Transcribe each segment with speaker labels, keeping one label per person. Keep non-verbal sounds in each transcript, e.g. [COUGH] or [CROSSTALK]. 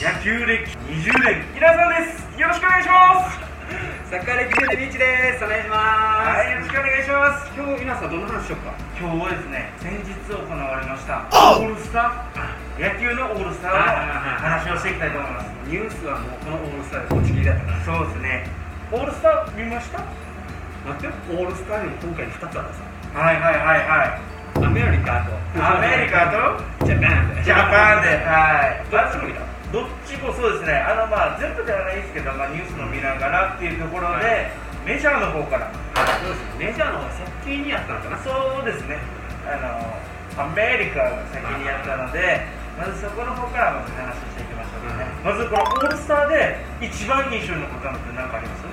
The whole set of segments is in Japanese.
Speaker 1: 野球歴20年皆さんですよろしくお願いします
Speaker 2: サッカー歴10年リーチです。お願いしま
Speaker 1: はいよろしくお願いします
Speaker 2: す。今日皆さんどんな話しようか。
Speaker 1: 今日はですね先日行われましたオールスター野球のオールスターの話をしていきたいと思います
Speaker 2: ニュースはもうこのオールスターで持ちきりだったから。
Speaker 1: そうですねオールスター見ましたは
Speaker 2: 待ってよオールスターにも今回に2つあったさ。
Speaker 1: いはいはいはい
Speaker 2: アメリカと。
Speaker 1: アメリカと
Speaker 2: と。ジャパン
Speaker 1: ジ
Speaker 2: で。
Speaker 1: ャパンで、はい、
Speaker 2: どっちも見た
Speaker 1: どっちもそうですね、あのまあ全部ではないですけど、まあ、ニュースの見ながらっていうところで、
Speaker 2: はい
Speaker 1: メジャーの方から、
Speaker 2: そうですね。メジャーの方が先にやったのかな。
Speaker 1: そうですね、あのアメリカが先にやったので、まずそこの方からまず話していきましょうかね、まずこのオールスターで一番印象に残ったのって何かあります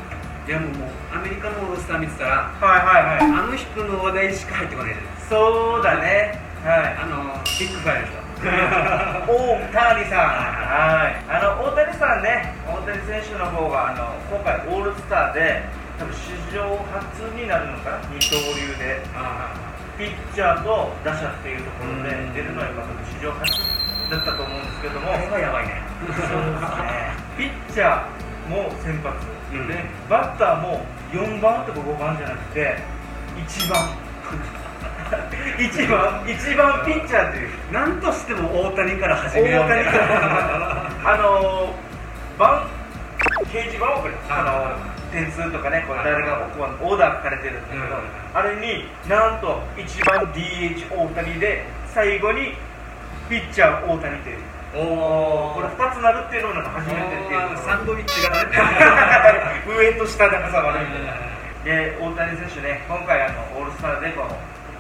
Speaker 2: いやもうもうアメリカのオールスター見てた
Speaker 1: は
Speaker 2: ら、
Speaker 1: いはいはい、
Speaker 2: あの人の話題しか入ってこないじゃないです
Speaker 1: そうだね、はい [LAUGHS]
Speaker 2: か。あのビッグファイルでし
Speaker 1: 大谷さん、
Speaker 2: ょ。
Speaker 1: はい、あの大谷さんね、大谷選手の方があの今回オールスターで多分史上初になるのかな、二刀流で
Speaker 2: あ
Speaker 1: ピッチャーと打者っていうところで
Speaker 2: うん
Speaker 1: 出るのは今多分史上初だったと思うんですけども、
Speaker 2: あ、これはやばいね。
Speaker 1: そうですね、ピッチャーも先発
Speaker 2: うん
Speaker 1: で、バッターも4番とか5番じゃなくて1番、1番、1番ピッチャーという。
Speaker 2: なんとしても大谷から
Speaker 1: 大谷
Speaker 2: 始めようみたいな。
Speaker 1: あの番掲示板をこれあの点数とかねこれ誰がこうオーダー書かれてるんだけど、
Speaker 2: うん
Speaker 1: あれになんと1番 DH 大谷で最後にピッチャー大谷という
Speaker 2: お
Speaker 1: これ2つなるっていうのが初めてっていうとこ
Speaker 2: サンドイッチがね
Speaker 1: ろ [LAUGHS] 上と下で挟まれるみたいな。で大谷選手ね、今回あのオールスターでこの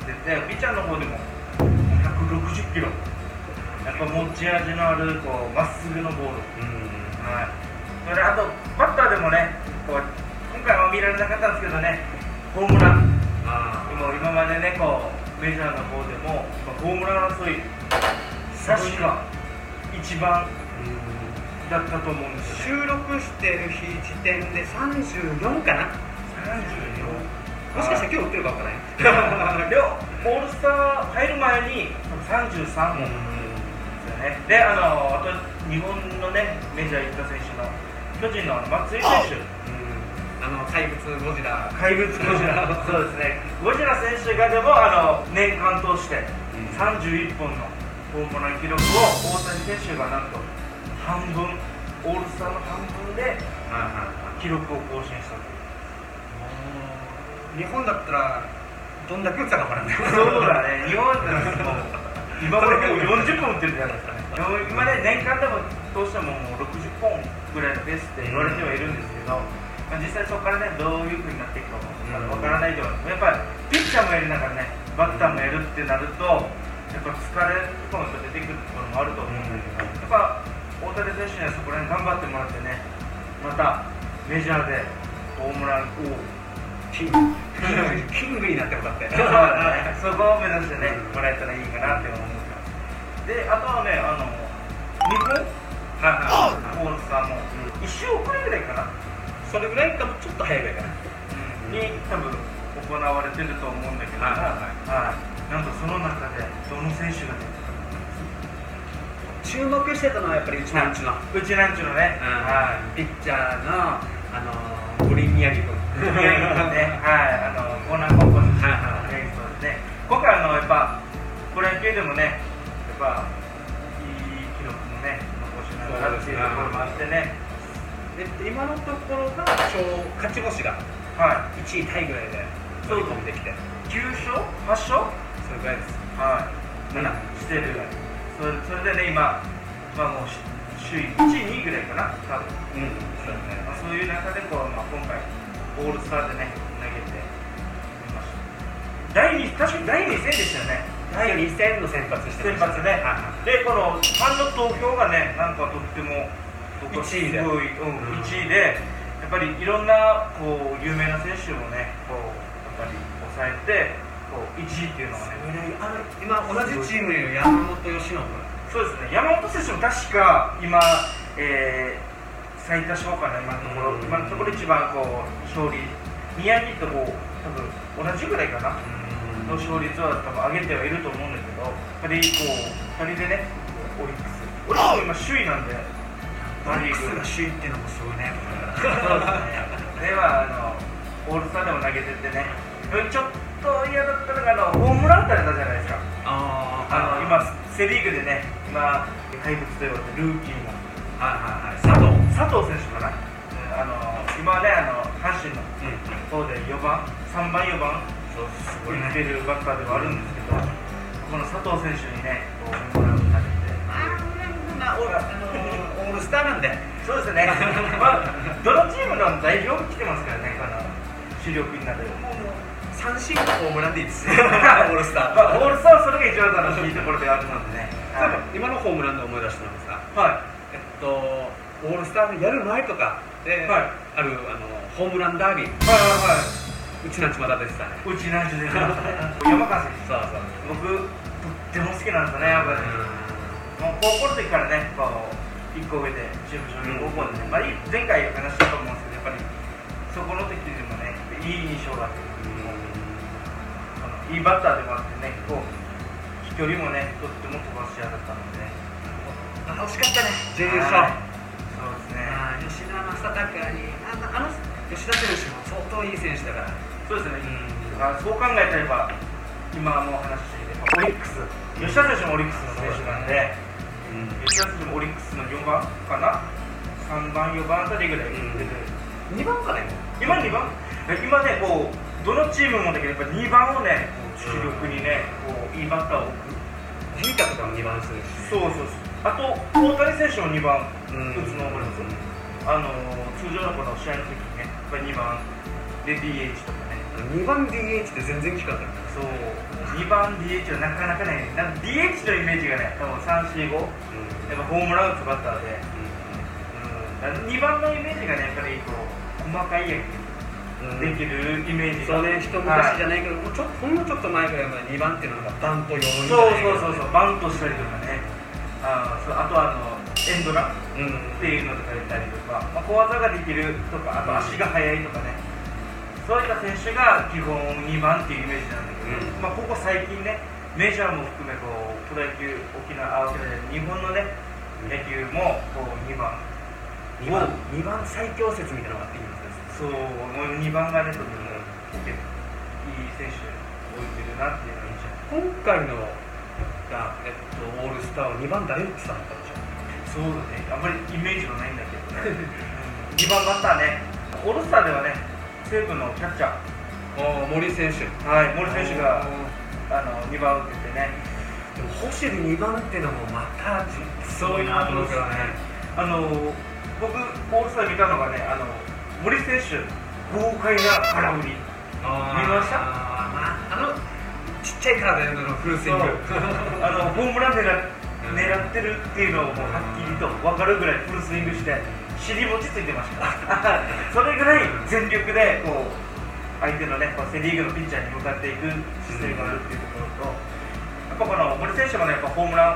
Speaker 1: 出て、ピッチャーの方でも160キロ、やっぱ持ち味のあるこうまっすぐのボール、はい、それあとバッターでもね、こう今回は見られなかったんですけどね、ホームラン、もう今までね、こうメジャーの方でも、まあホームラン争い、確か一番だったと思うんですよ、ね。
Speaker 2: 収録してる日時点で34かなもしかしたら今日売ってるかわからな
Speaker 1: [LAUGHS]
Speaker 2: い
Speaker 1: でもオールスター入る前に33本ですよね、であのあと日本のねメジャー行った選手の巨人のあの松井選手、
Speaker 2: あの怪物ゴジラ
Speaker 1: 怪物ゴジラ、そうですね、ゴジラ選手がでもあの年間通して
Speaker 2: ん
Speaker 1: 31本のホームラン記録を大谷選手がなんと半分、オールスターの半分で記録を更新したという。
Speaker 2: 日本だったらどんだけ打ったかわからない
Speaker 1: そうだね、日本だともう今までもう40本打ってるじゃないですかね。でも今ね、年間でもどうしてももう60本ぐらいのペースって言われてはいるんですけど、まあ、実際そこからね、どういうふうになっていくのかわからないではやっぱりピッチャーもやりながらね、バッターもやるってなると、やっぱ疲れとかも出てくるところもあると思うんだけど、やっぱ大谷選手にはそこら辺頑張ってもらってね、またメジャーでホームラン王
Speaker 2: [LAUGHS] キングキングになってもらったよ
Speaker 1: そうだねそこを目指してね、もらえたらいいかなって思うんですよで、あとはね、あの日本オールスターも1週遅れぐらいかな、
Speaker 2: それぐらいかもちょっと早いぐらいかな
Speaker 1: に多分行われてると思うんだけども、
Speaker 2: はい
Speaker 1: はいなんとその中でどの選手が出てくる
Speaker 2: 注目してたのはやっぱりうちのうちの
Speaker 1: うちなんちゅうのね、はい
Speaker 2: ピッチャーの、あのー、五輪宮城君。
Speaker 1: 宮城君ね、はい、あのコーナー高校の
Speaker 2: はいはい
Speaker 1: 宮城君ですね。今回あのやっぱプロ野球でもね、やっぱいい記録もね残しながらっていうところもあってね、
Speaker 2: で今のところが勝勝ち星が
Speaker 1: は
Speaker 2: 1位タイぐらいで
Speaker 1: そう
Speaker 2: 飛び込んできて、
Speaker 1: い、9勝、8勝、
Speaker 2: それぐらいです。
Speaker 1: はい、
Speaker 2: 七
Speaker 1: してる。それそれでね今、まあもうし首位1位2位ぐらいかな、多分。
Speaker 2: うん、
Speaker 1: そうねまあそういう中でこう、まあ、今回オールスターでね投げてみました。第二確かに第2戦でしたよね。
Speaker 2: 第2戦の先発して
Speaker 1: 先発ね、でこのファンの投票がねなんかとっても僕はすごい
Speaker 2: 1位で
Speaker 1: うん、1位でやっぱりいろんなこう有名な選手をねこうやっぱり抑えてこう1位っていうのがね
Speaker 2: あの今同じチームにいる山本由伸
Speaker 1: そうですね山本選手も確か今、えー最多勝かな今のところ、
Speaker 2: うん
Speaker 1: 今のところ一番こう勝利宮城とこう多分同じぐらいかな、の勝率は多分上げてはいると思うんだけど、やっぱりこう、2人でね、オリックス、オリックスも今、首位なんで、
Speaker 2: マックス
Speaker 1: セ・リーグ
Speaker 2: が首位っていうのもすごいね。
Speaker 1: そうですね。ではあのオールスターでも投げてってね、ちょっと嫌だったのがあのホームラン打たれたじゃないですか。
Speaker 2: [LAUGHS] あ
Speaker 1: あの今セリーグでね、今怪物と呼ばれてルーキーの
Speaker 2: はい
Speaker 1: 佐
Speaker 2: はいはい。佐
Speaker 1: 藤
Speaker 2: 藤。
Speaker 1: 佐藤選手かな。うんあの今ねあの阪神の方で4番、3番4番
Speaker 2: そうすごい
Speaker 1: 打って
Speaker 2: ね。
Speaker 1: るバッターではあるんですけど、この佐藤選手にね、こうホームラン打たれて。
Speaker 2: まあオールあのーオールスターなんで。
Speaker 1: そうですね、 [LAUGHS] まあ、どのチームの代表も来てますからね、この主力になる、 [LAUGHS]
Speaker 2: 三振 [LAUGHS] ホームランでいいです。オールスタ
Speaker 1: まあ、
Speaker 2: ー。
Speaker 1: オールスターはそれが一番楽しいところではあるのでね、は
Speaker 2: 今のホームランで思い出したんですが、
Speaker 1: い、は
Speaker 2: えっとオールスターのやる前とかで、
Speaker 1: はい
Speaker 2: あるあのホームランダービー、
Speaker 1: い、はい、は
Speaker 2: うちなんちまだ出てたね。
Speaker 1: い、うちなんち [LAUGHS] ゅうで、山川選手、
Speaker 2: そうそう。
Speaker 1: 僕、とっても好きなんですよね、やっぱり、もう高校の時からね、こう1個上で、中部商業高校でね、まあ、いい前回話したと思うんですけど、やっぱりそこの時でもね、いい印象があって、あのいいバッターでもあってね、こう飛距離もね、とっても飛ばし屋だったのでね。
Speaker 2: あ惜しかったね。準優
Speaker 1: はい
Speaker 2: 勝。
Speaker 1: そうですね。
Speaker 2: あー吉田正尚にあのあの吉田選手も相当いい選手だから、
Speaker 1: そうですね。だからそう考えてれば、今の話で、オリックス、吉田選手もオリックスの選手なんで、吉田選手もオリックスの4番かな、3番、4番あたりぐらい出てる。
Speaker 2: 2番かね
Speaker 1: 今2番今ね、こう、どのチームもだけど、やっぱ2番をね、こう主力にね、こういいバッターを置く。
Speaker 2: 変化とかも2番するし
Speaker 1: そうそうそう。あと、大谷選手も2番
Speaker 2: うん
Speaker 1: 打つの覚えてます。あの通常のこの試合の時にね、やっぱり2番で DH とかね、
Speaker 2: 2番 DH って全然効かなかっ、
Speaker 1: そう、2番 DH はなかなかね、なんか DH のイメージがね、多分3、4、5、やったぱホームラン打つバッターで、うん、2番のイメージがね、やっぱりこう細かい野
Speaker 2: うん
Speaker 1: 球できるイメージが、
Speaker 2: そうね、一昔じゃ
Speaker 1: はい
Speaker 2: ないけど、もうちょっとほんのちょっと前ぐらいまで2番っていうのがバント4位
Speaker 1: そうそうそうそう、バントしたりとかね、あーそうあとはあのエンドランっ
Speaker 2: う、うん、
Speaker 1: ていうのとかやったりとか、まあ、小技ができるとか、あと足が速いとかね、そういった選手が基本2番っていうイメージなんだけど、
Speaker 2: うん
Speaker 1: まあ、ここ最近ね、メジャーも含めこう、プロ野球、沖縄、あ沖縄じゃない日本のね、野球もこう2番、
Speaker 2: 2番二番最強説みたいなのがあっていいんです
Speaker 1: そう、2番がね、とてもいい選手を置いてるなっていうのが印象。
Speaker 2: 今回のが、えっと、オールスターは2番打率さんだったでし
Speaker 1: そう
Speaker 2: ょ
Speaker 1: だね、あんまりイメージはないんだけどね、2番バッターね、オールスターではね、西武のキャッチャー、
Speaker 2: 森選手
Speaker 1: はい、森選手があの2番打っててね、
Speaker 2: でも星で2番ってのもまたす
Speaker 1: そう
Speaker 2: ご
Speaker 1: い
Speaker 2: いうな
Speaker 1: こととです
Speaker 2: 思うけ
Speaker 1: よ
Speaker 2: ど
Speaker 1: ね
Speaker 2: ね。
Speaker 1: あの僕、オールスター見たのがね、あの森選手、豪快な空振り、ー
Speaker 2: 見ましたあのちっちゃい体でのフルスイング
Speaker 1: あのホームラン狙狙ってるっていうのをもうはっきりと分かるぐらいフルスイングして、尻餅ついてました、 [LAUGHS] それぐらい全力でこう相手のね、こうセ・リーグのピッチャーに向かっていく姿勢があるっていうところと、やっぱこの森選手もね、やっぱホームラン、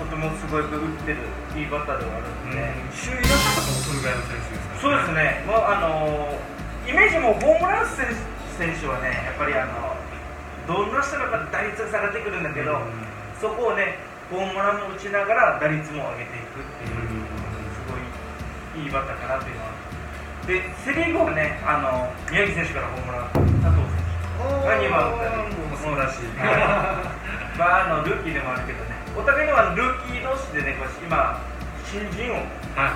Speaker 1: とてもすごく打ってる、いいバッターではあるんで、
Speaker 2: 周囲打者とかもそれぐらいの選手ですから
Speaker 1: そうですね、もうあのーイメージもホームラン選手選手はね、やっぱりあのどんな人がやっぱ打率が下がってくるんだけど、
Speaker 2: うん
Speaker 1: そこをね、ホームランも打ちながら打率も上げていくっていう、すごいいいバッターかなというのは。で、セ・リーグはね、あの宮城選手からホームラン、佐藤選手、
Speaker 2: 何
Speaker 1: 何番打ったり
Speaker 2: もうそうだしい
Speaker 1: はいまあ、あのルーキーでもあるけどね、お互いにはルーキー同士でね、こう今、新人王。
Speaker 2: はい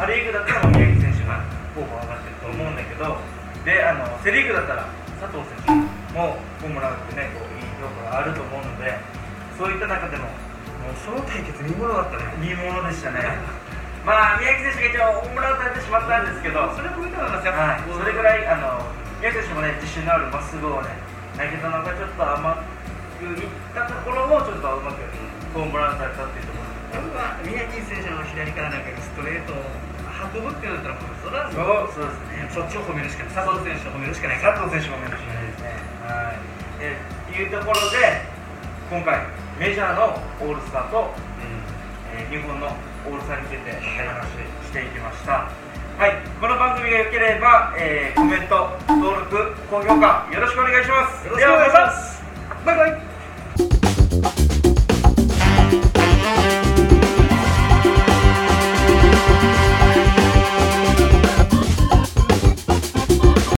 Speaker 1: パ・リーグだったら宮城選手が候補上がってると思うんだけど、であのセ・リーグだったら佐藤選手もホームランってね、こういい評価があると思うので、そういった中でも
Speaker 2: もうその対決見ものだったね
Speaker 1: 見ものでしたね。まあ宮城選手が一応ホームラン打たれてしまったんですけど、
Speaker 2: それも見たら
Speaker 1: はい、それぐ
Speaker 2: い
Speaker 1: らいあの宮城選手もね自信のあるまっすぐをね投げたのがちょっと甘くいったところをちょっとうまくホームラン打たれたっていうところですね。
Speaker 2: 僕は宮城選手の左からなんかストレートを運ぶってなったらもうそれは
Speaker 1: そうですね。
Speaker 2: そっちを褒めるしかない佐藤選手を褒めるしかないから
Speaker 1: 佐藤選手もメンバーじゃないですね。はい。えいうところで、今回、メジャーのオールスターと、えー日本のオールスターについてお話ししていきました。はい。この番組が良ければ、えーコメント、登録、高評価、よろしくお願いします。
Speaker 2: よろしくお願いします
Speaker 1: ではまたバイバイ